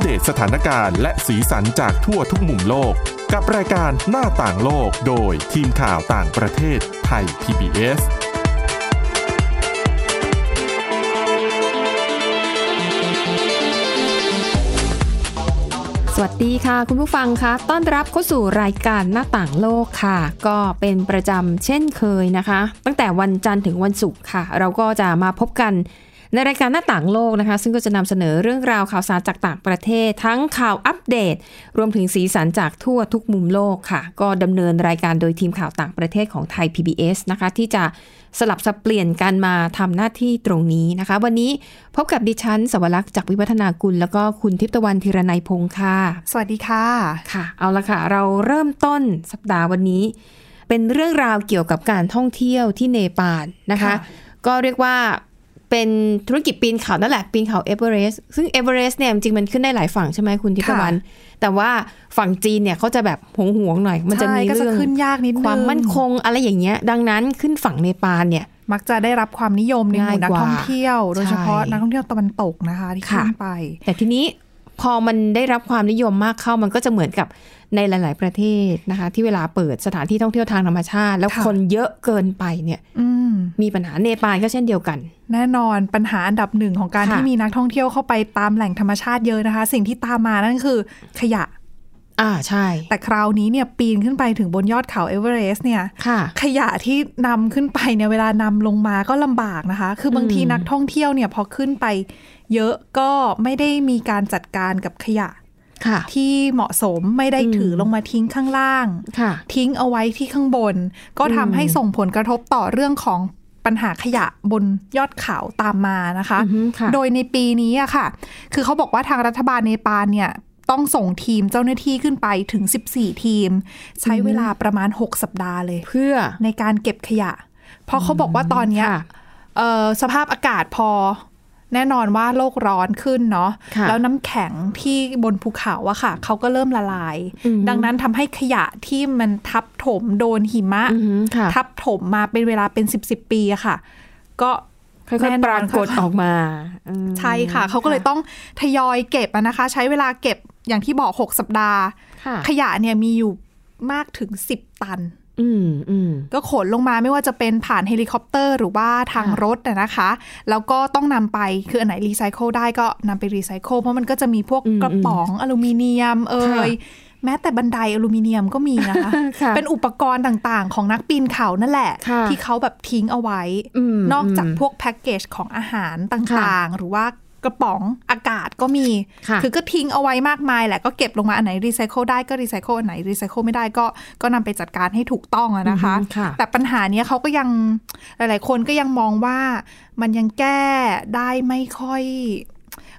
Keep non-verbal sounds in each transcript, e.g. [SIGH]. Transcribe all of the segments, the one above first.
เดตสถานการณ์และสีสันจากทั่วทุกมุมโลก กับรายการหน้าต่างโลกโดยทีมข่าวต่างประเทศไทย PBS สวัสดีค่ะ คุณผู้ฟังคะต้อนรับเข้าสู่รายการหน้าต่างโลกค่ะ ก็เป็นประจำเช่นเคยนะคะ ตั้งแต่วันจันทร์ถึงวันศุกร์ค่ะ เราก็จะมาพบกันในรายการหน้าต่างโลกนะคะ ซึ่งก็จะนำเสนอเรื่องราวข่าวสารจากต่างประเทศ ทั้งข่าวอัปเดต รวมถึงสีสันจากทั่วทุกมุมโลกค่ะ ก็ดำเนินรายการโดยทีมข่าวต่างประเทศของไทย PBS นะคะ ที่จะสลับสับเปลี่ยนกันมาทำหน้าที่ตรงนี้นะคะ วันนี้พบกับดิฉันสวรักษ์จากวิวัฒนากุลแล้วก็คุณทิพย์ตะวันธีรนัยพงค์ค่ะ สวัสดีค่ะ ค่ะเอาละค่ะ เราเริ่มต้นสัปดาห์วันนี้ เป็นเรื่องราวเกี่ยวกับการท่องเที่ยวที่เนปาลนะคะ ค่ะ ก็เรียกว่าเป็นธุรกิจปีนเขานั่นแหละปีนเขาเอเวอเรสต์ซึ่งเอเวอเรสต์เนี่ยจริงๆมันขึ้นได้หลายฝั่งใช่ไหมคุณทิพวรรณแต่ว่าฝั่งจีนเนี่ยเขาจะแบบหวงหวงๆหน่อย มันจะมี ใช่ก็จะ เรื่อง ขึ้นยากนิดนึง ความมั่นคงอะไรอย่างเงี้ย ดังนั้นขึ้นฝั่งเนปาลเนี่ย มักจะได้รับความนิยมในหมู่ง่านัย ก กว่า ท่องเที่ยว โดยเฉพาะ ใช่ นักท่องเที่ยวตะวันตกนะคะ ที่ขึ้ ค่ะ นไป แต่ทีนี้พอมันได้รับความนิยมมากเข้ามันก็จะเหมือนกับในหลาย ๆ ประเทศนะคะ ที่เวลาเปิดสถานที่ท่องเที่ยวทางธรรมชาติ แล้ว ค่ะ คนเยอะเกินไปเนี่ย อืม มีปัญหาเนปาลก็เช่นเดียวกัน แน่นอนปัญหาอันดับหนึ่งของการ ค่ะ ที่มีนักท่องเที่ยวเข้าไปตามแหล่งธรรมชาติเยอะนะคะ สิ่งที่ตามมานั่นคือขยะ อ่าใช่ แต่คราวนี้เนี่ยปีนขึ้นไปถึงบนยอดเขาเอเวอเรสต์เนี่ย ค่ะ ขยะที่นำขึ้นไปเนี่ยเวลานำลงมาก็ลำบากนะคะ คือบางที อืม นักท่องเที่ยวเนี่ยพอขึ้นไป เยอะก็ไม่ได้มีการจัดการกับขยะ ค่ะ ที่เหมาะสมไม่ได้ อืม ถือลงมาทิ้งข้างล่าง ค่ะ ทิ้งเอาไว้ที่ข้างบน ก็ อืม ทำให้ส่งผลกระทบต่อเรื่องของปัญหาขยะบนยอดเขาตามมานะคะ อือฮึค่ะ โดยในปีนี้อะค่ะ คือเขาบอกว่าทางรัฐบาลเนปาลเนี่ยต้องส่งทีมเจ้าหน้าที่ขึ้นไปถึง 14 ทีม ใช้เวลาประมาณ 6 สัปดาห์เลย เพื่อ ในการเก็บขยะ เพราะเขาบอกว่าตอนเนี้ย ค่ะ เอ่อสภาพอากาศพอ แน่นอนว่าโลกร้อนขึ้นเนาะ ค่ะ แล้วน้ำแข็งที่บนภูเขาอะค่ะเขาก็เริ่มละลาย อืม ดังนั้นทำให้ขยะที่มันทับถมโดนหิมะ อือฮึค่ะ ทับถมมาเป็นเวลาเป็น 10บสปีอะค่ะ ก็ ค่อย แน่น ๆ น ปรากฏออกมาอืม ใช่ค่ะ เขาก็เลยต้องทยอยเก็บอะนะคะ ใช้เวลาเก็บอย่างที่บอก 6 สัปดาห์ ค่ะ ขยะเนี่ยมีอยู่มากถึง 10 ตัน อืมอืม ก็ขนลงมาไม่ว่าจะเป็นผ่านเฮลิคอปเตอร์ หรือว่าทาง ค่ะ รถน่ะนะคะ แล้วก็ต้องนำไปคืออันไหนรีไซเคิลได้ก็นำไปรีไซเคิลเพราะมันก็จะมีพวกกระป๋องอลูมิเนียม เอ่ยแม้แต่บันไดอลูมิเนียมก็มีนะคะ ค่ะ เป็นอุปกรณ์ต่างๆ ของนักปีนเขานั่นแหละ ค่ะ ที่เขาแบบทิ้งเอาไว้ อืม นอกจาก อืม พวกแพ็กเกจของอาหารต่างๆ หรือว่ากระป๋องอากาศก็มี ค่ะ อก็ทิ้งเอาไว้มากมายแหละก็เก็บลงมาอันไหนรีไซเคิลได้ก็รีไซเคิลอันไหนรีไซเคิลไม่ได้ก็ก็นำไปจัดการให้ถูกต้องอะนะคะ อืมค่ะ แต่ปัญหาเนี้ยเขาก็ยังหลาย ๆ คนก็ยังมองว่ามันยังแก้ได้ไม่ค่อย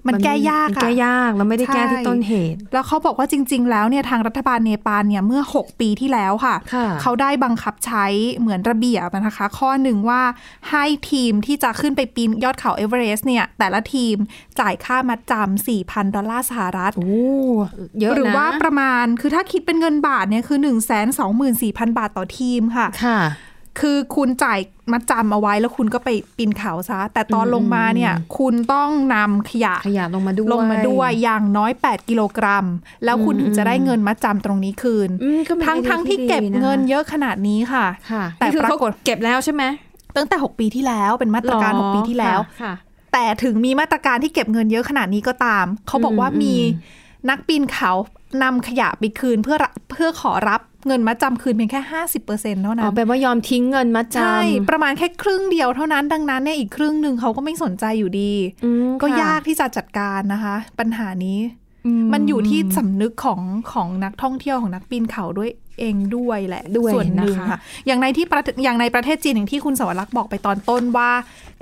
มันแก้ยาก มัน อะ แก้ยากแล้วไม่ได้แก้ที่ ใช่ ต้นเหตุ แล้วเขาบอกว่าจริง ๆ แล้วเนี่ยทางรัฐบาลเนปาลเนี่ยเมื่อ 6 ปีที่แล้วค่ะ ค่ะ เขาได้บังคับใช้เหมือนระเบียบนะคะ ข้อหนึ่งว่าให้ทีมที่จะขึ้นไปปีนยอดเขาเอเวอเรสต์เนี่ย แต่ละทีมจ่ายค่ามัดจำ4,000 ดอลลาร์สหรัฐ โอ้เยอะนะ หรือว่าประมาณคือถ้าคิดเป็นเงินบาทเนี่ยคือ 1 2 4 0 0 0 บาทต่อทีมค่ะ ค่ะ คือคุณจ่ายมัดจำเอาไว้แล้วคุณก็ไปปีนเขาซะ แต่ตอน อืม ลงมาเนี่ย คุณต้องนำขยะ ขยะลงมาด้วย ลงมาด้วยอย่างน้อย 8 กิโลกรัม แล้วคุณถึงจะได้เงินมัดจำตรงนี้คืน อืมก็เป็น ทั้ง ไอเดีย ทั้งที่ ที่ดี เก็บเงิน นะคะ เยอะขนาดนี้ค่ะ ค่ะ แต่ นี่คือ ปรา เขา กฏ เก็บแล้วใช่ไหม ตั้งแต่ 6 ปีที่แล้วเป็นมาตรการ หอ 6 ปีที่แล้ว ค่ะ แต่ถึงมีมาตรการที่เก็บเงินเยอะขนาดนี้ก็ตาม เขาบอกว่า อืม มีนักปีนเขานำขยะไปคืนเพื่อรับเพื่อขอรับเงินมัดจำคืนเพียงแค่ 50%เท่า อ๋ นั้ อน แปลว่ายอมทิ้งเงินมัดจำ ใช่ ประมาณแค่ครึ่งเดียวเท่านั้นดังนั้นเนี่ยอีกครึ่งหนึ่งเขาก็ไม่สนใจอยู่ดี อืม ก็ ค่ะ ยากที่จะจัดการนะคะ ปัญหานี้ อื มันอยู่ที่สำนึกของของนักท่องเที่ยวของนักปีนเขาด้วยเองด้วยแหละ ด้วย ส่วนหนึ่ง นะคะ ค่ะ อย่างในที่ประเทศอย่างในประเทศจีนอย่างที่คุณสวรักษ์บอกไปตอนต้นว่า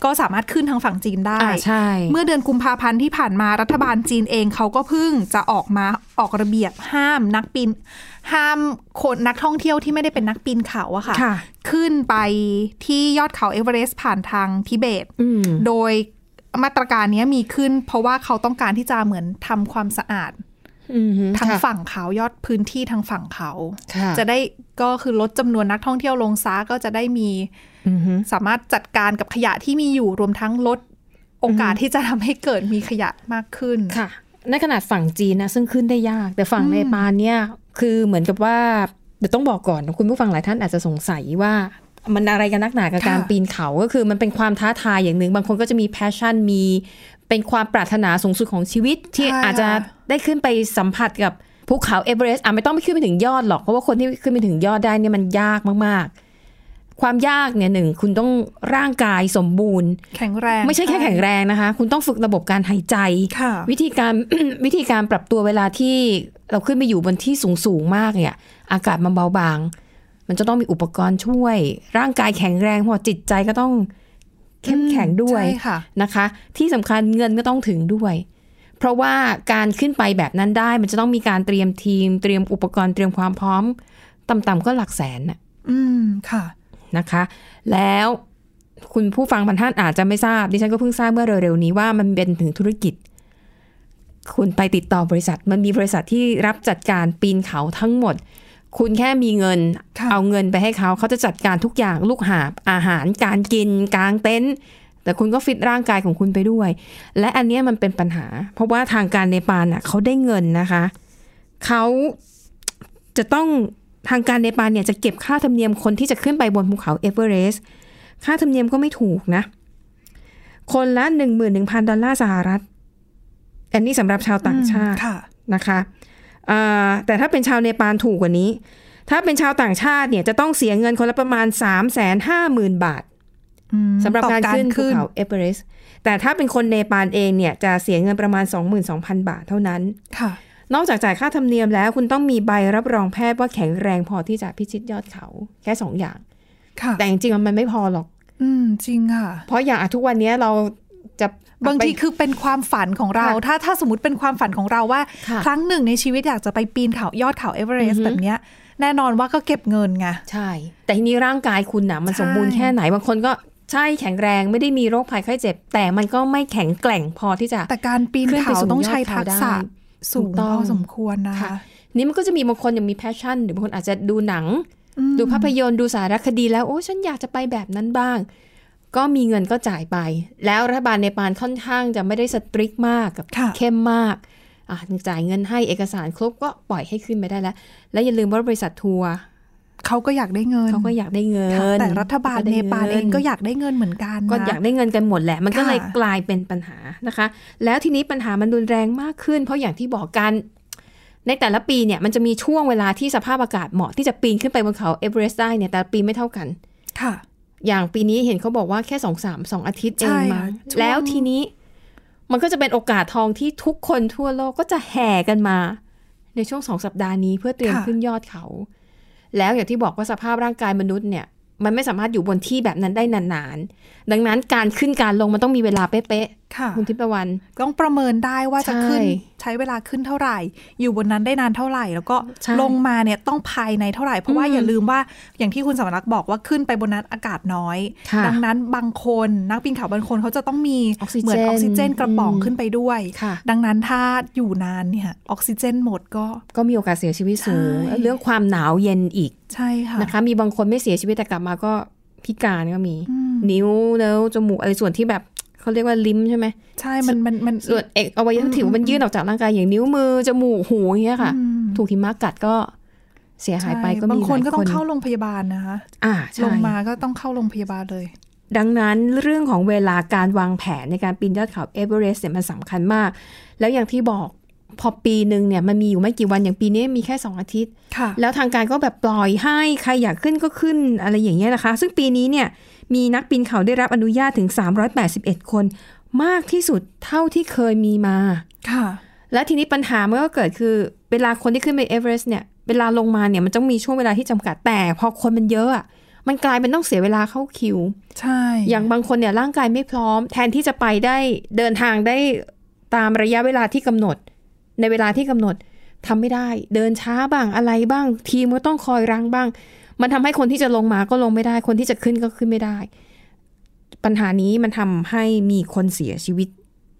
ก็สามารถขึ้นทางฝั่งจีนได้ อ่าใช่ เมื่อเดือนกุมภาพันธ์ที่ผ่านมารัฐบาลจีนเองเขาก็เพิ่งจะออกมาออกระเบียบห้ามนักปีนห้ามคนนักท่องเที่ยวที่ไม่ได้เป็นนักปีนเขาอะค่ะ ค่ะ ขึ้นไปที่ยอดเขาเอเวอเรสต์ผ่านทางทิเบต อืม โดยมาตรการเนี้ยมีขึ้น เพราะว่าเขาต้องการที่จะเหมือนทำความสะอาด อืม ทาง ค่ะ ฝั่งเขายอดพื้นที่ทางฝั่งเขา ค่ะ จะได้ก็คือลดจำนวนนักท่องเที่ยวลงซาก็จะได้มี อือฮึ สามารถจัดการกับขยะที่มีอยู่รวมทั้งลดโอกาสที่จะทำให้เกิดมีขยะมากขึ้น ค่ะ ในขนาดฝั่งจีนนะซึ่งขึ้นได้ยาก แต่ฝั่ง อืม เนปาลเนี่ยคือเหมือนกับว่าเดี๋ยวต้องบอกก่อนคุณผู้ฟังหลายท่านอาจจะสงสัยว่า มันอะไรกันนักหนากับการปีนเขาก็คือมันเป็นความท้าทายอย่างหนึ่ง บางคนก็จะมีแพชชั่นมี เป็นความปรารถนาสูงสุดของชีวิต ที่ ใช่ อาจจะ ค่ะ ได้ขึ้นไปสัมผัสกับภูเขาเอเวอเรสต์อ่ะไม่ต้องไปขึ้นไปถึงยอดหรอกเพราะว่าคนที่ขึ้นไปถึงยอดได้เนี่ยมันยากมากๆ ความยากเนี่ยหนึ่งคุณต้องร่างกายสมบูรณ์ แข็งแรง ไม่ใช่แค่แข็งแรงนะคะ คุณต้องฝึกระบบการหายใจ ค่ะ วิธีการ [COUGHS] วิธีการปรับตัวเวลาที่เราขึ้นไปอยู่บนที่สูงสูงๆมากเนี่ย อากาศมันเบาบาง มันจะต้องมีอุปกรณ์ช่วย ร่างกายแข็งแรงพอจิตใจก็ต้องเข้มแข็งด้วย ใช่ค่ะ นะคะ ที่สำคัญเงินก็ต้องถึงด้วย เพราะว่าการขึ้นไปแบบนั้นได้ มันจะต้องมีการเตรียมทีม เตรียมอุปกรณ์เตรียมความพร้อมต่ำๆก็หลักแสนน่ะ อืมค่ะ นะคะ แล้วคุณผู้ฟังบางท่านอาจจะไม่ทราบ ดิฉันก็เพิ่งทราบเมื่อเร็วๆนี้ว่ามันเป็นถึงธุรกิจ คุณไปติดต่อบริษัท มันมีบริษัทที่รับจัดการปีนเขาทั้งหมด คุณแค่มีเงิน ค่ะ เอาเงินไปให้เขาเขาจะจัดการทุกอย่างลูกหาบอาหารการกินกางเต็นท์แต่คุณก็ฟิตร่างกายของคุณไปด้วย และอันเนี้ยมันเป็นปัญหา เพราะว่าทางการเนปาลน่ะเขาได้เงินนะคะเขาจะต้องทางการเนปาลเนี่ยจะเก็บค่าธรรมเนียมคนที่จะขึ้นไปบนภูเขาเอเวอเรสต์ค่าธรรมเนียมก็ไม่ถูกนะ คนละ 11,000 ดอลลาร์สหรัฐ อันนี้สำหรับชาวต่างชาติ อืมค่ะ นะคะเอ่อแต่ถ้าเป็นชาวเนปาลถูกกว่านี้ ถ้าเป็นชาวต่างชาติเนี่ยจะต้องเสียเงินคนละประมาณ 3 5 0 0 0 0 บาท อืม สำหรับการ ต่อ ขึ้นภูเขาเอเวอเรสต์แต่ถ้าเป็นคนเนปาลเองเนี่ยจะเสียเงินประมาณ 22,000 บาทเท่านั้น ค่ะ นอกจากจ่ายค่าธรรมเนียมแล้ว คุณต้องมีใบรับรองแพทย์ว่าแข็งแรงพอที่จะพิชิตยอดเขาแค่สองอย่าง ค่ะ แต่จริงๆมันไม่พอหรอก อืมจริงค่ะ เพราะอย่างอ่ะทุกวันเนี้ยเราจะ บางที ไป คือเป็นความฝันของเรา ค่ะ ถ้าถ้าสมมติเป็นความฝันของเราว่า ค่ะ ครั้งหนึ่งในชีวิตอยากจะไปปีนเขายอดเขาเอเวอเรส อือฮึ ต์แบบเนี้ย แน่นอนว่าก็เก็บเงินไง ใช่ แต่ทีนี้ร่างกายคุณนะมัน ใช่ สมบูรณ์แค่ไหน บางคนก็ใช่แข็งแรงไม่ได้มีโรคภัยไข้เจ็บ แต่มันก็ไม่แข็งแกร่งพอที่จะ แต่การปีน ขึ้นไป เขา สู่ ต้องใช้ทักษะ ยอดเขาได้ สู ถู ง กต้อ พ ง อสมควรนะ ค่ะ คะ นี่มันก็จะมีบางคนยังมีแพชชั่น หรือบางคนอาจจะดูหนัง อืม ดูภาพยนตร์ดูสารคดีแล้ว โอ้ฉันอยากจะไปแบบนั้นบ้าง ก็มีเงินก็จ่ายไป แล้วรัฐบาลเนปาลค่อนข้างจะไม่ได้สตริกมากกับ ค่ะ เข้มมากอ่ะจ่ายเงินให้เอกสารครบก็ปล่อยให้ขึ้นไปได้แล้ว และอย่าลืมว่าบริษัททัวร์ เขาก็อยากได้เงิน เขาก็อยากได้เงิ ค่ะ น แต่รัฐบาล ข เน ได้งิ ปาลเองก็อยากได้เงินเหมือนกัน ก็ นะ อยากได้เงินกันหมดแหละ มันก็ ค่ะ เลยกลายเป็นปัญหานะคะ แล้วทีนี้ปัญหามันรุนแรงมากขึ้น เพราะอย่างที่บอกกัน ในแต่ละปีเนี่ยมันจะมีช่วงเวลาที่สภาพอากาศเหมาะที่จะปีนขึ้นไปบนเขาเอเวอเรสต์ได้เนี่ยแต่ละปีไม่เท่ากัน ค่ะ อย่างปีนี้เห็นเขาบอกว่าแค่สองสามสองอาทิตย์เอ ใช่ ง ค่ะ มั้ง ช่วง แล้วทีนี้มันก็จะเป็นโอกาสทองที่ทุกคนทั่วโลกก็จะแห่กันมา ในช่วงสองสัปดาห์นี้เพื่อเตรียมขึ้นยอดเขา แล้วอย่างที่บอกว่าสภาพร่างกายมนุษย์เนี่ย มันไม่สามารถอยู่บนที่แบบนั้นได้นานๆ ดังนั้นการขึ้นการลงมันต้องมีเวลาเป๊ะ ค่ะ ๆคุณทิพย์ตะวัน ต้องประเมินได้ว่าจะขึ้น ใช่ ใช้เวลาขึ้นเท่าไหร่ อยู่บนนั้นได้นานเท่าไหร่ แล้วก็ ใช่ ลงมาเนี่ยต้องภายในเท่าไหร่ เพราะว่า อืม อย่าลืมว่าอย่างที่คุณสมรักษ์บอกว่าขึ้นไปบนนั้นอากาศน้อย ค่ะ ดังนั้นบางคนนักปีนเขาบางคนเขาจะต้องมีเหมือนออกซิเจนกระป๋องขึ้นไปด้วย ค่ะ ดังนั้นถ้าอยู่นานเนี่ยออกซิเจนหมดก็ ก็มีโอกาสเสียชีวิตสูง ใช่ เรื่องความหนาวเย็นอีก ใช่ค่ะ นะคะมีบางคนไม่เสียชีวิตแต่กลับมาก็พิการก็มี อืม นิ้วแล้วจมูกอะไรส่วนที่แบบเขาเรียกว่าลิ้มใช่ไหม ใช่มันมันมัน ส่วนเอกอวัยวะที่มันยื่นออกจากร่างกายอย่างนิ้วมือจมูกหูอย่างเงี้ยค่ะ อืม ถูกหิมะกัดก็เสียหายไปก็มี บางคน หลย ก็ต้องเข้าโรงพยาบาลนะคะ อ่า ล ใช่ งมาก็ต้องเข้าโรงพยาบาลเลย ดังนั้นเรื่องของเวลาการวางแผนในการปีนยอดเขาเอเวอเรสต์เนี่ยมันสำคัญมาก แล้วอย่างที่บอกพอปีหนึ่งเนี่ยมันมีอยู่ไม่กี่วันอย่างปีนี้มีแค่สองอาทิตย์ ค่ะ แล้วทางการก็แบบปล่อยให้ใครอยากขึ้นก็ขึ้นอะไรอย่างเงี้ยนะคะ ซึ่งปีนี้เนี่ยมีนักปีนเขาได้รับอนุญาตถึง 381 คน มากที่สุดเท่าที่เคยมีมา ค่ะ และทีนี้ปัญหามันก็เกิดคือ เวลาคนที่ขึ้นไปเอเวอเรสต์เนี่ยเวลาลงมาเนี่ยมันต้องมีช่วงเวลาที่จำกัดแต่พอคนมันเยอะอะมันกลายเป็นต้องเสียเวลาเข้าคิว ใช่ อย่างบางคนเนี่ยร่างกายไม่พร้อม แทนที่จะไปได้เดินทางได้ตามระยะเวลาที่กำหนด ในเวลาที่กำหนดทำไม่ได้ เดินช้าบ้างอะไรบ้าง ทีมก็ต้องคอยรั้งบ้าง มันทำให้คนที่จะลงมาก็ลงไม่ได้ คนที่จะขึ้นก็ขึ้นไม่ได้ ปัญหานี้มันทำให้มีคนเสียชีวิต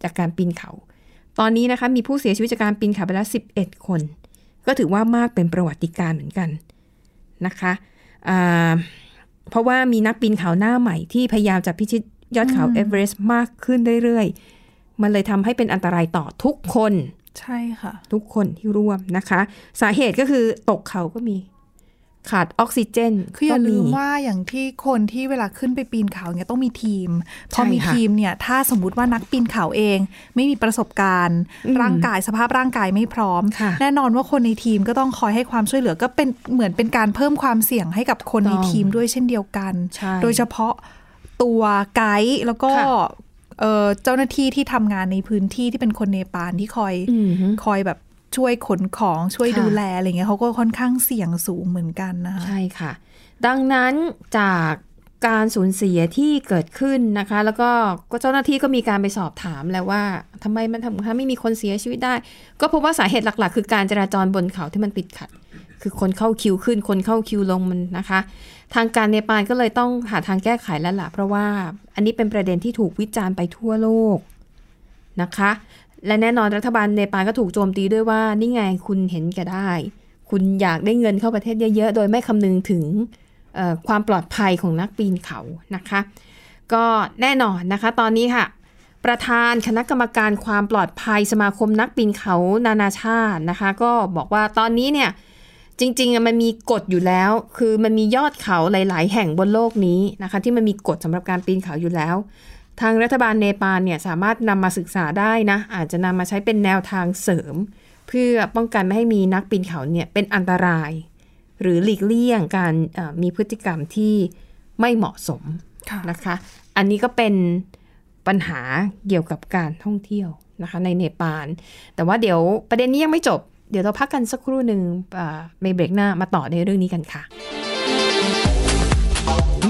จากการปีนเขา ตอนนี้นะคะมีผู้เสียชีวิตจากการปีนเขาไปแล้ว11 คน ก็ถือว่ามากเป็นประวัติการณ์เหมือนกันนะคะอ่า เพราะว่ามีนักปีนเขาหน้าใหม่ที่พยายามจะพิชิตยอดเขาเอเวอเรสต์มากขึ้นเรื่อยๆ มันเลยทำให้เป็นอันตรายต่อทุกคน ใช่ค่ะ ทุกคนที่ร่วมนะคะ สาเหตุก็คือตกเขาก็มี ขาดออกซิเจน คืออย่า ก็ ลืม มี ว่าอย่างที่คนที่เวลาขึ้นไปปีนเขาเนี่ยต้องมีทีม พอ ใช่ มี ค่ะ ทีมเนี่ยถ้าสมมุติว่านักปีนเขาเอง ไม่มีประสบการณ์ อืม ร่างกายสภาพร่างกายไม่พร้อม ค่ะ แน่นอนว่าคนในทีมก็ต้องคอยให้ความช่วยเหลือก็เป็นเหมือนเป็นการเพิ่มความเสี่ยงให้กับคนใน ต้อง ทีมด้วยเช่นเดียวกัน ใช่ โดยเฉพาะตัวไกด์แล้วก็ ค่ะ เอ่อเจ้าหน้าที่ที่ทำงานในพื้นที่ที่เป็นคนเนปาลที่คอย อืมฮึ คอยแบบช่วยขนของช่วย ค่ะ ดูแลอะไรเงี้ยเขาก็ค่อนข้างเสี่ยงสูงเหมือนกันนะคะ ใช่ค่ะ ดังนั้นจากการสูญเสียที่เกิดขึ้นนะคะ แล้วก็ก็เจ้าหน้าที่ก็มีการไปสอบถามแล้วว่าทำไมมันทำถ้าไม่มีคนเสียชีวิตได้ ก็พบว่าสาเหตุหลักๆ คือการจราจรบนเขาที่มันติดขัด คือคนเข้าคิวขึ้น คนเข้าคิวลงมันนะคะ ทางการเนปาลก็เลยต้องหาทางแก้ไขแล้วล่ะ เพราะว่าอันนี้เป็นประเด็นที่ถูกวิจารณ์ไปทั่วโลกนะคะ และแน่นอนรัฐบาลเนปาลก็ถูกโจมตีด้วยว่านี่ไงคุณเห็นแก่ได้ คุณอยากได้เงินเข้าประเทศเยอะๆ โดยไม่คำนึงถึงเอ่อความปลอดภัยของนักปีนเขานะคะ ก็แน่นอนนะคะ ตอนนี้ค่ะ ประธานคณะกรรมการความปลอดภัยสมาคมนักปีนเขานานาชาตินะคะ ก็บอกว่าตอนนี้เนี่ยจริงๆอะมันมีกฎอยู่แล้ว คือมันมียอดเขาหลาย ๆ แห่งบนโลกนี้นะคะ ที่มันมีกฎสำหรับการปีนเขาอยู่แล้ว ทางรัฐบาลเนปาลเนี่ยสามารถนำมาศึกษาได้นะ อาจจะนำมาใช้เป็นแนวทางเสริม เพื่อป้องกันไม่ให้มีนักปีนเขาเนี่ยเป็นอันตราย หรือหลีกเลี่ยงการเอ่อมีพฤติกรรมที่ไม่เหมาะสม ค่ะ นะคะ อันนี้ก็เป็นปัญหาเกี่ยวกับการท่องเที่ยวนะคะในเนปาลแต่ว่าเดี๋ยวประเด็นนี้ยังไม่จบ เดี๋ยวเราพักกันสักครู่หนึ่งอ่าในเบรกหน้ามาต่อในเรื่องนี้กันค่ะ ห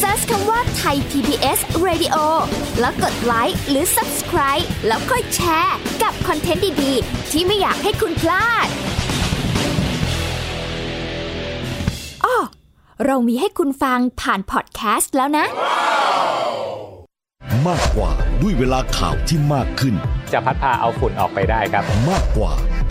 Search คำว่าไทย PBS Radio แล้วกดไลค์หรือ Subscribe แล้วค่อยแชร์ กับคอนเทนต์ดี ๆ ที่ไม่อยากให้คุณพลาดอ้อเรามีให้คุณฟังผ่านพอดแคสต์แล้วนะ มากกว่าด้วยเวลาข่าวที่มากขึ้น จะพัดพาเอาฝุ่นออกไปได้ครับ มากกว่า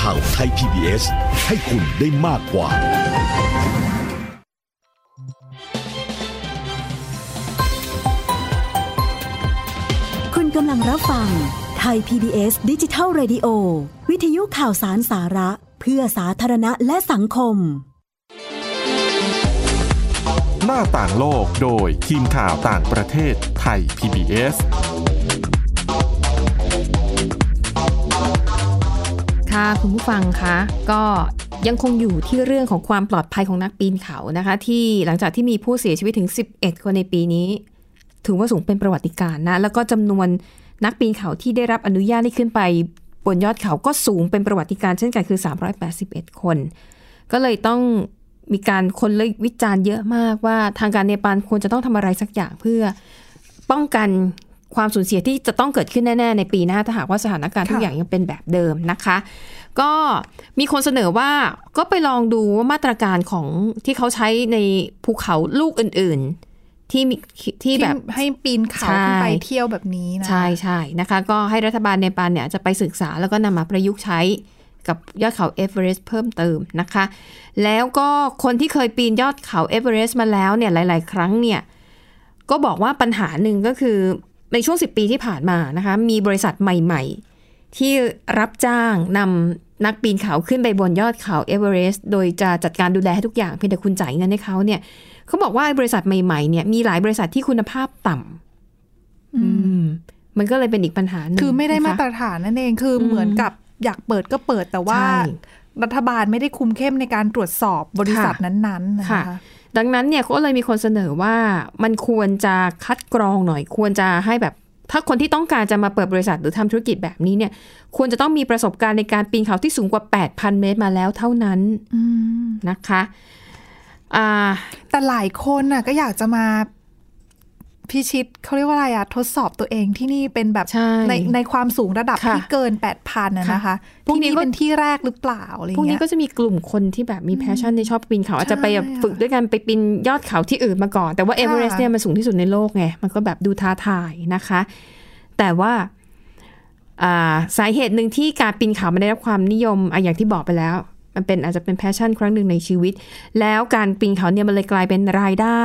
ข่าวไทย PBS ให้คุณได้มากกว่า คุณกำลังรับฟังไทย PBS ดิจิทัล Radio วิทยุข่าวสารสาระ เพื่อสาธารณะและสังคม หน้าต่างโลกโดยทีมข่าวต่างประเทศไทย PBS ค่ะคุณผู้ฟังคะก็ยังคงอยู่ที่เรื่องของความปลอดภัยของนักปีนเขานะคะ ที่หลังจากที่มีผู้เสียชีวิตถึง 11 คนในปีนี้ ถือว่าสูงเป็นประวัติการณ์นะ แล้วก็จำนวนนักปีนเขาที่ได้รับอนุญาตให้ขึ้นไปบนยอดเขาก็สูงเป็นประวัติการณ์เช่นกันคือ 381 คน ก็เลยต้องมีการคนเลยวิจารณ์เยอะมากว่าทางการเนปาลควรจะต้องทำอะไรสักอย่างเพื่อ ป้องกันความสูญเสียที่จะต้องเกิดขึ้นแน่ ๆ ในปีหน้าถ้าหากว่าสถานการณ์ทุก ค่ะ อย่างยังเป็นแบบเดิมนะคะ ก็มีคนเสนอว่าก็ไปลองดูว่ามาตรการของที่เขาใช้ในภูเขาลูกอื่นๆ ที่มีที่แบบ ที่ให้ปีนเขาขึ้นไป ใช่ เที่ยวแบบนี้นะ ใช่ใช่นะคะ ก็ให้รัฐบาลเนปาลเนี่ยจะไปศึกษาแล้วก็นำมาประยุกต์ใช้กับยอดเขาเอเวอเรสต์เพิ่มเติมนะคะ แล้วก็คนที่เคยปีนยอดเขาเอเวอเรสต์มาแล้วเนี่ยหลาย ๆ ครั้งเนี่ยก็บอกว่าปัญหาหนึ่งก็คือในช่วง 10 ปีที่ผ่านมานะคะมีบริษัทใหม่ ๆ ที่รับจ้างนำนักปีนเขาขึ้นไปบนยอดเขาเอเวอเรสต์โดยจะจัดการดูแลให้ทุกอย่างเพียงแต่คุณจ่ายเงินให้เขาเนี่ยเขาบอกว่าไอ้บริษัทใหม่ๆเนี่ยมีหลายบริษัทที่คุณภาพต่ำ อืมมันก็เลยเป็นอีกปัญหาหนึ่ง คือไม่ได้มาตร นะคะ ฐานนั่นเองคืออ ม เหมือนกับอยากเปิดก็เปิดแต่ว่า ใช่ รัฐบาลไม่ได้คุมเข้มในการตรวจสอบบริษัท ค่ะ นั้นๆนะคะ ค่ะ ดังนั้นเนี่ยเขาก็เลยมีคนเสนอว่ามันควรจะคัดกรองหน่อย ควรจะให้แบบ ถ้าคนที่ต้องการจะมาเปิดบริษัทหรือทำธุรกิจแบบนี้เนี่ย ควรจะต้องมีประสบการณ์ในการปีนเขาที่สูงกว่า 8,000 เมตรมาแล้วเท่านั้น อืม นะคะอ่า แต่หลายคนน่ะก็อยากจะมาพิชิตเขาเรียกว่าอะไรอะทดสอบตัวเองที่นี่เป็นแบบ ใช่ ในความสูงระดับ ค่ะ ที่เกิน 8,000นะ ค่ะ นะคะ พวก ที่ นี้ นี่ ก็ เป็นที่แรกหรือเปล่าอะไร พวก เงี้ นี้ ย ก็จะมีกลุ่มคนที่แบบมีแพชชั่นในชอบปีนเขาอาจจะไปแบบ ใช่ ฝึกด้วยกันไปปีนยอดเขาที่อื่นมาก่อน แต่ว่าเอเวอเรสต์ ค่ะ เนี่ยมันสูงที่สุดในโลกไง มันก็แบบดูท้าทายนะคะ แต่ว่าอ่าสาเหตุหนึ่งที่การปีนเขามันได้รับความนิยมอะอย่างที่บอกไปแล้ว มันเป็นอาจจะเป็นแพชชั่นครั้งหนึ่งในชีวิต แล้วการปีนเขาเนี่ยมันเลยกลายเป็นรายได้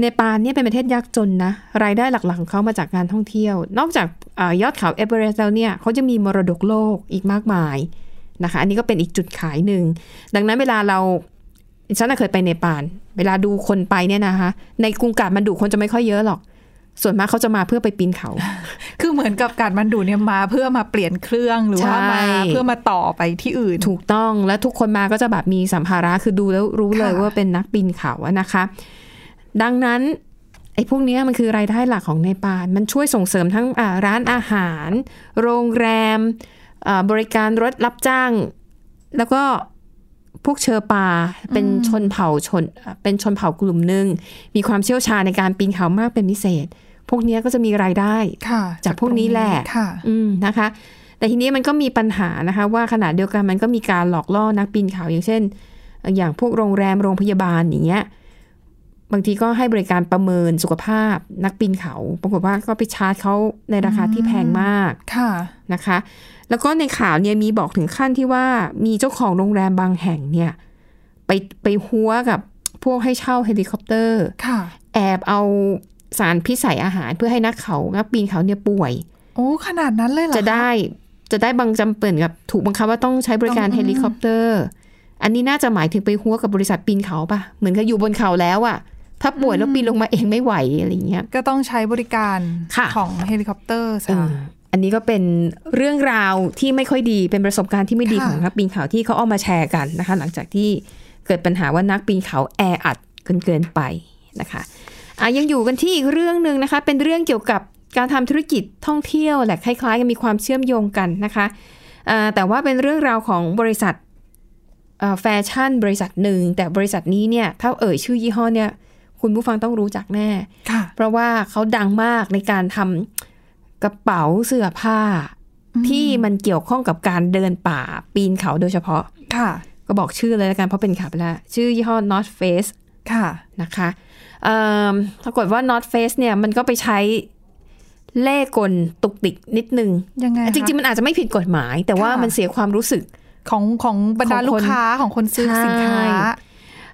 เนปาลเนี่ยเป็นประเทศยากจนนะ รายได้หลักๆของเขามาจากการท่องเที่ยว นอกจากอายอดเขาเอเวอเรสต์แล้วเนี่ยเขาจะมีมรดกโลกอีกมากมายนะคะ อันนี้ก็เป็นอีกจุดขายหนึ่ง ดังนั้นเวลาเราฉันนะเคยไปเนปาลเวลาดูคนไปเนี่ยนะคะ ในกรุงกาดมันดูคนจะไม่ค่อยเยอะหรอก ส่วนมากเขาจะมาเพื่อไปปีนเขา คือเหมือนกับการมันดูเนี่ยมาเพื่อมาเปลี่ยนเครื่องหรือว่ามา ใช่ เพื่อมาต่อไปที่อื่น ถูกต้องและทุกคนมาก็จะแบบมีสัมภาระคือดูแล้วรู้เลย ค่ะ ว่าเป็นนักปีนเขาอะนะคะ ดังนั้นไอ้พวกเนี้ยมันคือรายได้หลักของในปาลมันช่วยส่งเสริมทั้งอ่าร้านอาหาร โรงแรมอ่าบริการรถรับจ้าง แล้วก็พวกเชอปาเป็นชนเผ่าชนอ่าเป็นชนเผ่ากลุ่มหนึ่งมีความเชี่ยวชาญในการปีนเขามากเป็นพิเศษ พวกเนี้ยก็จะมีรายได้ ค่ะ จากพวกนี้แหละ ค่ะ อืมนะคะ แต่ทีนี้มันก็มีปัญหานะคะ ว่าขณะเดียวกันมันก็มีการหลอกล่อนักปีนเขาอย่างเช่น อย่างพวกโรงแรมโรงพยาบาลอย่างเงี้ยบางทีก็ให้บริการประเมินสุขภาพนักปีนเขา ปรากฏว่าก็ไปชาร์จเขาในราคาที่แพงมาก ค่ะ นะคะ แล้วก็ในข่าวเนี่ยมีบอกถึงขั้นที่ว่ามีเจ้าของโรงแรมบางแห่งเนี่ย ไปไปหัวกับพวกให้เช่าเฮลิคอปเตอร์ ค่ะ แอบเอาสารพิษใส่อาหารเพื่อให้นักเขานักปีนเขาเนี่ยป่วย โอ้ขนาดนั้นเลยเหรอ จะได้จะได้บางจำเป็นกับถูกบังคับว่าต้องใช้บริการเฮลิคอปเตอร์ อันนี้น่าจะหมายถึงไปหัวกับบริษัทปีนเขาป่ะ เหมือนกับอยู่บนเขาแล้วอะถ้าป่วยแล้วปีนลงมาเองไม่ไหวอะไรอย่างเงี้ย ก็ต้องใช้บริการ ค่ะ ของเฮลิคอปเตอร์ เอ ซะ ออันนี้ก็เป็นเรื่องราวที่ไม่ค่อยดีเป็นประสบการณ์ที่ไม่ดี ค่ะ ของนักปีนเขาที่เขาเอามาแชร์กันนะคะ หลังจากที่เกิดปัญหาว่านักปีนเขาแออัดเกินเกินไปนะคะอ่ะยังอยู่กันที่อีกเรื่องหนึ่งนะคะ เป็นเรื่องเกี่ยวกับการทำธุรกิจท่องเที่ยวแหละคล้ายๆกันมีความเชื่อมโยงกันนะคะอ่าแต่ว่าเป็นเรื่องราวของบริษัทเอ่อแฟชั่นบริษัทหนึ่งแต่บริษัทนี้เนี่ยถ้าเอ่ยชื่อยี่ห้อเนี่ยคุณผู้ฟังต้องรู้จักแน่ ค่ะ เพราะว่าเขาดังมากในการทำกระเป๋าเสื้อผ้า ที่มันเกี่ยวข้องกับการเดินป่าปีนเขาโดยเฉพาะ ค่ะ ก็บอกชื่อเลยแล้วกันเพราะเป็นข่าวไปแล้ว ชื่อยี่ห้อ North Face ค่ะ นะคะเอิ่มปรากฏว่า North Face เนี่ยมันก็ไปใช้เล่ห์กลตุกติกนิดนึง ยังไง จริง ๆ มันอาจจะไม่ผิดกฎหมาย แต่ว่า ค่ะ มันเสียความรู้สึก ๆของของบรรดา ของคน ลูกค้าของคนซื้อสินค้า ใช่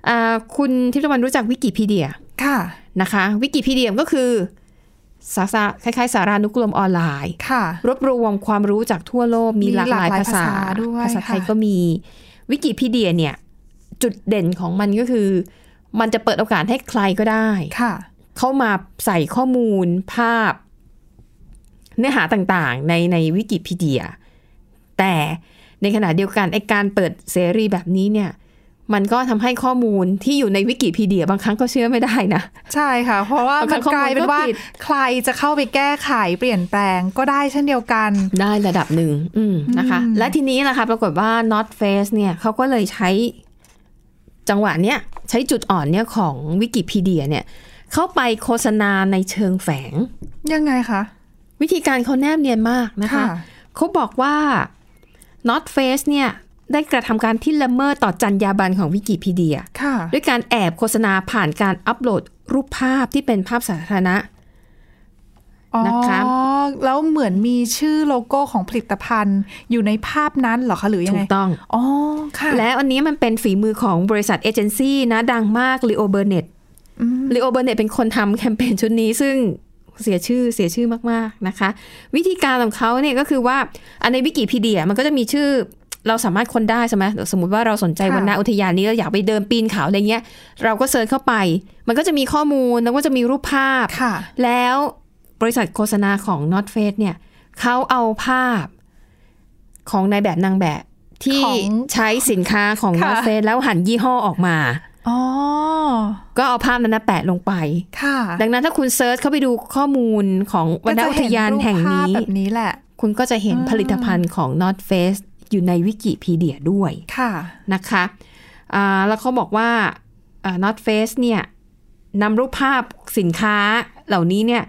อ่าคุณทิพย์ตะวันรู้จักวิกิพีเดีย ค่ะ นะคะวิกิพีเดียก็คือสาสาคล้ายๆ สารานุกรมออนไลน์ ค่ะ รวบรวมความรู้จากทั่วโลกมี มี หลากหลาย หลากหลาย ภาษา ภาษาด้วย ภาษาไทย ค่ะ ก็มีวิกิพีเดียเนี่ย จุดเด่นของมันก็คือ มันจะเปิดโอกาสให้ใครก็ได้ ค่ะ เข้ามาใส่ข้อมูลภาพ เนื้อหาต่างๆ ในในวิกิพีเดีย แต่ในขณะเดียวกันไอการเปิดเสรีแบบนี้เนี่ย มันก็ทำให้ข้อมูลที่อยู่ในวิกิพีเดียบางครั้งก็เชื่อไม่ได้นะ ใช่ค่ะ เพราะว่า เอา มัน ข้อมูล กลายเป็นว่า ก็ผิด ใครจะเข้าไปแก้ไขเปลี่ยนแปลงก็ได้เช่นเดียวกัน ได้ระดับหนึ่งอืมนะคะ อืม และทีนี้นะคะ ปรากฏว่า Not Face เนี่ยเขาก็เลยใช้จังหวะเนี้ยใช้จุดอ่อนเนี่ยของวิกิพีเดียเนี่ย เข้าไปโฆษณาในเชิงแฝง ยังไงคะ วิธีการเขาแนบเนียนมากนะคะ ค่ะ เขาบอกว่า Not Face เนี่ย ได้กระทำการที่ละเมิดต่อจรรยาบรรณของวิกิพีเดีย ค่ะ ด้วยการแอบโฆษณาผ่านการอัปโหลดรูปภาพที่เป็นภาพสาธารณะ อ๋อ นะคะ แล้วเหมือนมีชื่อโลโก้ของผลิตภัณฑ์อยู่ในภาพนั้นเหรอคะหรือยัง ถู ไง กต้อง อ๋อ ค่ะ และอันนี้มันเป็นฝีมือของบริษัทเอเจนซี่นะ ดังมากลีโอเบอร์เน็ตลีโอเบอร์เน็ตเป็นคนทำแคมเปญชุดนี้ซึ่งเสียชื่อเสียชื่อมาก ๆ นะคะ วิธีการของเขาเนี่ยก็คือว่าอันในวิกิพีเดียมันก็จะมีชื่อเราสามารถคนได้ใช่ไหมสมมติว่าเราสนใจ ค่ะ วันนาอุทยานนี้เราอยากไปเดินปีนเขาอะไรเงี้ย เราก็เซิร์ชเข้าไป มันก็จะมีข้อมูลแล้วก็จะมีรูปภาพ ค่ะ แล้วบริษัทโฆษณาของ Not Face เนี่ยเขาเอาภาพของนายแบบนางแบบที่ ของ ใช้สินค้าของ ค่ะ Not Face แล้วหันยี่ห้อออกมา อ๋อ ก็เอาภาพนั้นนะแปะลงไป ค่ะ ดังนั้นถ้าคุณเซิร์ชเข้าไปดูข้อมูลของวนอุทยานแห่ง ก็จะเรูนี้ปภาพแบบนี้แหละ คุณก็จะเห็นผลิตภัณฑ์ของ North Face อยู่ในวิกิพีเดียด้วย ค่ะ นะคะอ่าแล้วเขาบอกว่าอ่า North Face เนี่ยนำรูปภาพสินค้าเหล่านี้เนี่ย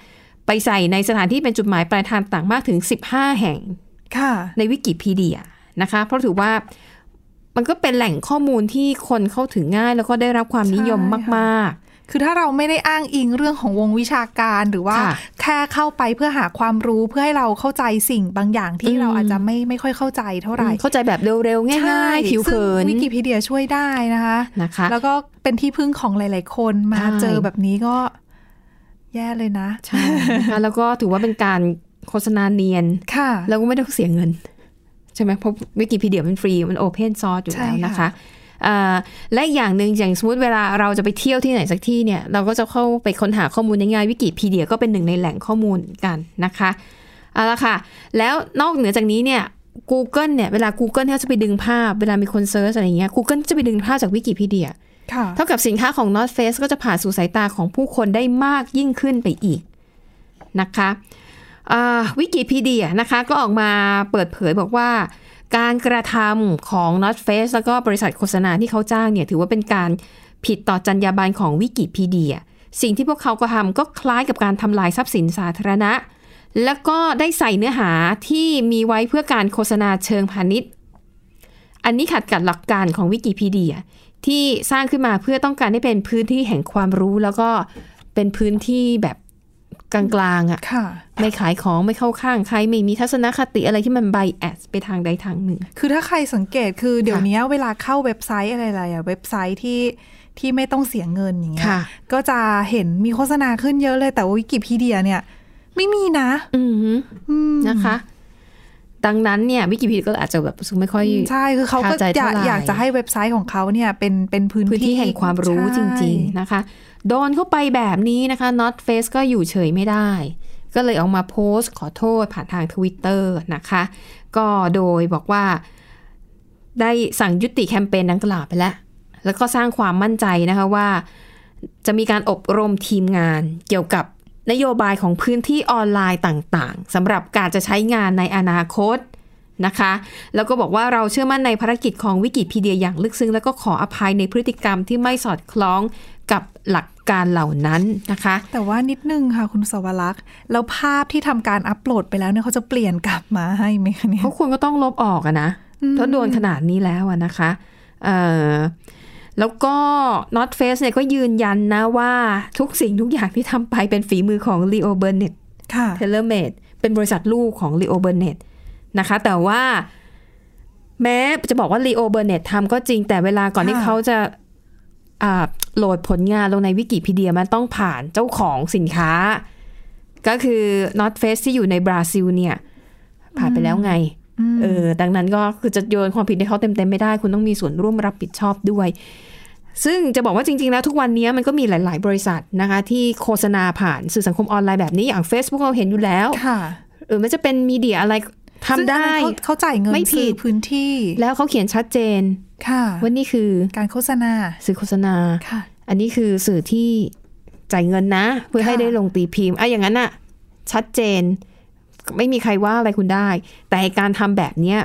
ไปใส่ในสถานที่เป็นจุดหมายปลายทางต่างมากถึง 15 แห่ง ค่ะ ในวิกิพีเดียนะคะ เพราะถือว่ามันก็เป็นแหล่งข้อมูลที่คนเข้าถึงง่าย แล้วก็ได้รับความนิยม ใช่ค่ะ มาก คือถ้าเราไม่ได้อ้างอิงเรื่องของวงวิชาการหรือว่า ค่ะ แค่เข้าไปเพื่อหาความรู้เพื่อให้เราเข้าใจสิ่งบางอย่างที่ อืม เราอาจจะไม่ไม่ค่อยเข้าใจเท่า ๆ ไหร่ เข้าใจแบบเร็วๆ ใช่ ง่ายๆ ผิวเผิน ซึ่งวิกิพีเดียช่วยได้นะคะ นะคะ แล้วก็เป็นที่พึ่งของหลายๆคนมา ใช่ เจอแบบนี้ก็ แย่เลยนะ ใช่นะคะแล้วก็ถือว่าเป็นการโฆษณาเนียน ค่ะ แล้วก็ไม่ต้องเสียเงิน ใช่ไหมเพราะวิกิพีเดียมันฟรี มันโอเพนซอร์สอยู่แล้ว ใช่ค่ะ นะคะเอ่อและอีกอย่างหนึ่งอย่างสมมติเวลาเราจะไปเที่ยวที่ไหนสักที่เนี่ย เราก็จะเข้าไปค้นหาข้อมูลในงานวิกิพีเดียก็เป็นหนึ่งในแหล่งข้อมูลกันนะคะเอาละค่ะ แล้วนอกเหนือจากนี้เนี่ย Google เนี่ย เวลา Google เขาจะไปดึงภาพ เวลามีคนเซิร์ชอะไรอย่างเงี้ย Google จะไปดึงภาพจากวิกิพีเดีย ค่ะ เท่ากับสินค้าของ North Face ก็จะผ่านสู่สายตาของผู้คนได้มากยิ่งขึ้นไปอีกนะคะวิกิพีเดียนะคะก็ออกมาเปิดเผยบอกว่า การกระทำของ North Face แล้วก็บริษัทโฆษณาที่เขาจ้างเนี่ยถือว่าเป็นการผิดต่อจรรยาบรรณของวิกิพีเดีย สิ่งที่พวกเขาก็ทำก็คล้ายกับการทำลายทรัพย์สินสาธารณะ แล้วก็ได้ใส่เนื้อหาที่มีไว้เพื่อการโฆษณาเชิงพาณิชย์ อันนี้ขัดกับหลักการของวิกิพีเดีย ที่สร้างขึ้นมาเพื่อต้องการให้เป็นพื้นที่แห่งความรู้แล้วก็เป็นพื้นที่แบบกลางๆอะ่ะ ค่ะ ไม่ขายของไม่เข้าข้างใครไม่มีทัศนคติอะไรที่มันไบแอสไปทางใดทางหนึ่ง คือถ้าใครสังเกตคือเดี๋ยว ค่ะ นี้เวลาเข้าเว็บไซต์อะไรๆอะเว็บไซต์ที่ที่ไม่ต้องเสียเงินอย่างเงี้ย ก็จะเห็นมีโฆษณาขึ้นเยอะเลยแต่ว่าวิกิพีเดียเนี่ย ไม่มีนะ อืม อืม นะคะ ดังนั้นเนี่ยวิกิพีเดียก็อาจจะแบบรู้สึกไม่ค่อย ใช่คือเขาก็ เข้าใจ อยาก เท่าไหร่ อยากจะให้เว็บไซต์ของเขาเนี่ย เป็นเป็นพื้น พื้นที่แห่งความรู้จ ใช่ ริง ๆนะคะ โดนเข้าไปแบบนี้นะคะ Not Face ก็อยู่เฉยไม่ได้ ก็เลยออกมาโพสต์ขอโทษผ่านทาง Twitter นะคะ ก็โดยบอกว่าได้สั่งยุติแคมเปญดังกล่าวไปแล้ว แล้วก็สร้างความมั่นใจนะคะว่า จะมีการอบรมทีมงานเกี่ยวกับนโยบายของพื้นที่ออนไลน์ต่างๆสำหรับการจะใช้งานในอนาคตนะคะ แล้วก็บอกว่าเราเชื่อมั่นในภารกิจของวิกิพีเดียอย่างลึกซึ้ง แล้วก็ขออภัยในพฤติกรรมที่ไม่สอดคล้องกับหลักการเหล่านั้นนะคะ แต่ว่านิดนึงค่ะคุณสวรักษ์แล้วภาพที่ทำการอัปโหลดไปแล้วเนี่ยเขาจะเปลี่ยนกลับมาให้ไหมคะเนี่ย เขาควรก็ต้องลบออกอะนะเพราะโดนขนาดนี้แล้วอะนะคะเอ่อแล้วก็ North Face เนี่ยก็ยืนยันนะว่าทุกสิ่งทุกอย่างที่ทำไปเป็นฝีมือของ Leo Burnett ค่ะ เทเลเมดเป็นบริษัทลูกของ Leo Burnett นะคะ แต่ว่าแม้จะบอกว่า Leo Burnett ทำก็จริงแต่เวลาก่อน ค่ะ ที่เขาจะอ่าโหลดผลงานลงในวิกิพีเดียมันต้องผ่านเจ้าของสินค้า ก็คือ North Face ที่อยู่ในบราซิลเนี่ย ผ่านไปแล้วไงเออดังนั้นก็คือจะโยนความผิดให้เขาเต็มๆไม่ได้ คุณต้องมีส่วนร่วมรับผิดชอบด้วย ซึ่งจะบอกว่าจริง ๆ แล้วทุกวันนี้มันก็มีหลาย ๆ บริษัทนะคะ ที่โฆษณาผ่านสื่อสังคมออนไลน์แบบนี้อย่าง Facebook เราเห็นอยู่แล้ว ค่ะ หรือมันจะเป็นมีเดียอะไรทำได้ ซึ่งอันนั้นเขาเขาจ่ายเงิน ไม่ผิ ซื้อ ด พื้นที่ แล้วเขาเขียนชัดเจน ค่ะ ว่านี่คือ การโฆษณา สื่อโฆษณา ค่ะ อันนี้คือสื่อที่จ่ายเงินนะ เพื่อให้ ค่ะ ได้ลงตีพิมพ์อะอย่างนั้นอะชัดเจน ไม่มีใครว่าอะไรคุณได้ แต่การทำแบบเนี้ย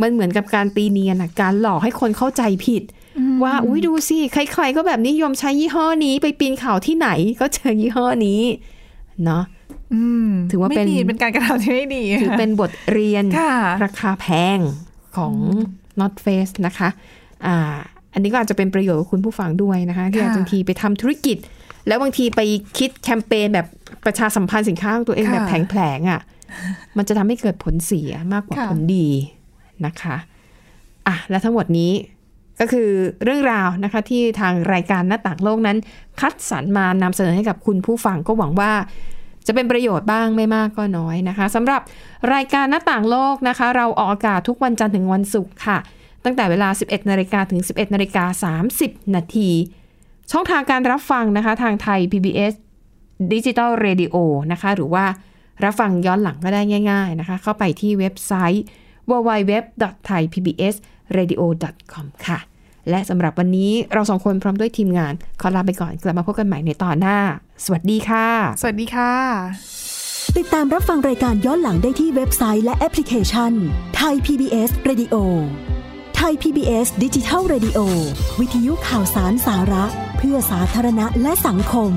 มันเหมือนกับการตีเนียนอะการหลอกให้คนเข้าใจผิด ว่าอุ้ยดูสิใครๆก็แบบนิยมใช้ยี่ห้อนี้ไปปีนเขาที่ไหนก็เจอยี่ห้อนี้เนาะ อืม ถือว่าเป็น ไม่ดีเป็นการกระทำที่ไม่ดี ถือเป็นบทเรียน ค่ะ ราคาแพงของ Not Face นะคะอ่าอันนี้ก็อาจจะเป็นประโยชน์กับคุณผู้ฟังด้วยนะคะ ที่อาจ ค่ะ จะบางทีไปทำธุรกิจ แล้วบางทีไปคิดแคมเปญแบบประชาสัมพันธ์สินค้าของตัวเอง ค่ะ แบบแผลงๆอะ่ะ มันจะทำให้เกิดผลเสียมากกว่า ค่ะ ผลดีนะคะอ่ะและทั้งหมดนี้ก็คือเรื่องราวนะคะที่ทางรายการหน้าต่างโลกนั้น คัดสรรมานำเสนอให้กับคุณผู้ฟังก็หวังว่า จะเป็นประโยชน์บ้างไม่มากก็น้อยนะคะสำหรับรายการหน้าต่างโลกนะคะ เราออกอากาศทุกวันจันทร์ถึงวันศุกร์ค่ะ ตั้งแต่เวลา 11นาฬิกาถึง 11นาฬิกา30 นาที ช่องทางการรับฟังนะคะ ทางไทย PBS Digital Radio นะคะ หรือว่ารับฟังย้อนหลังก็ได้ง่าย ๆนะคะ เข้าไปที่เว็บไซต์ www.thaipbsradio.com ค่ะ และสำหรับวันนี้เราสองคนพร้อมด้วยทีมงาน ขอลาไปก่อนกลับมาพบกันใหม่ในตอนหน้า สวัสดีค่ะ สวัสดีค่ะ ติดตามรับฟังรายการย้อนหลังได้ที่เว็บไซต์และแอปพลิเคชันไทย PBS Radio ไทย PBS ดิจิทัล Radio วิทยุข่าวสารสาระ เพื่อสาธารณะและสังคม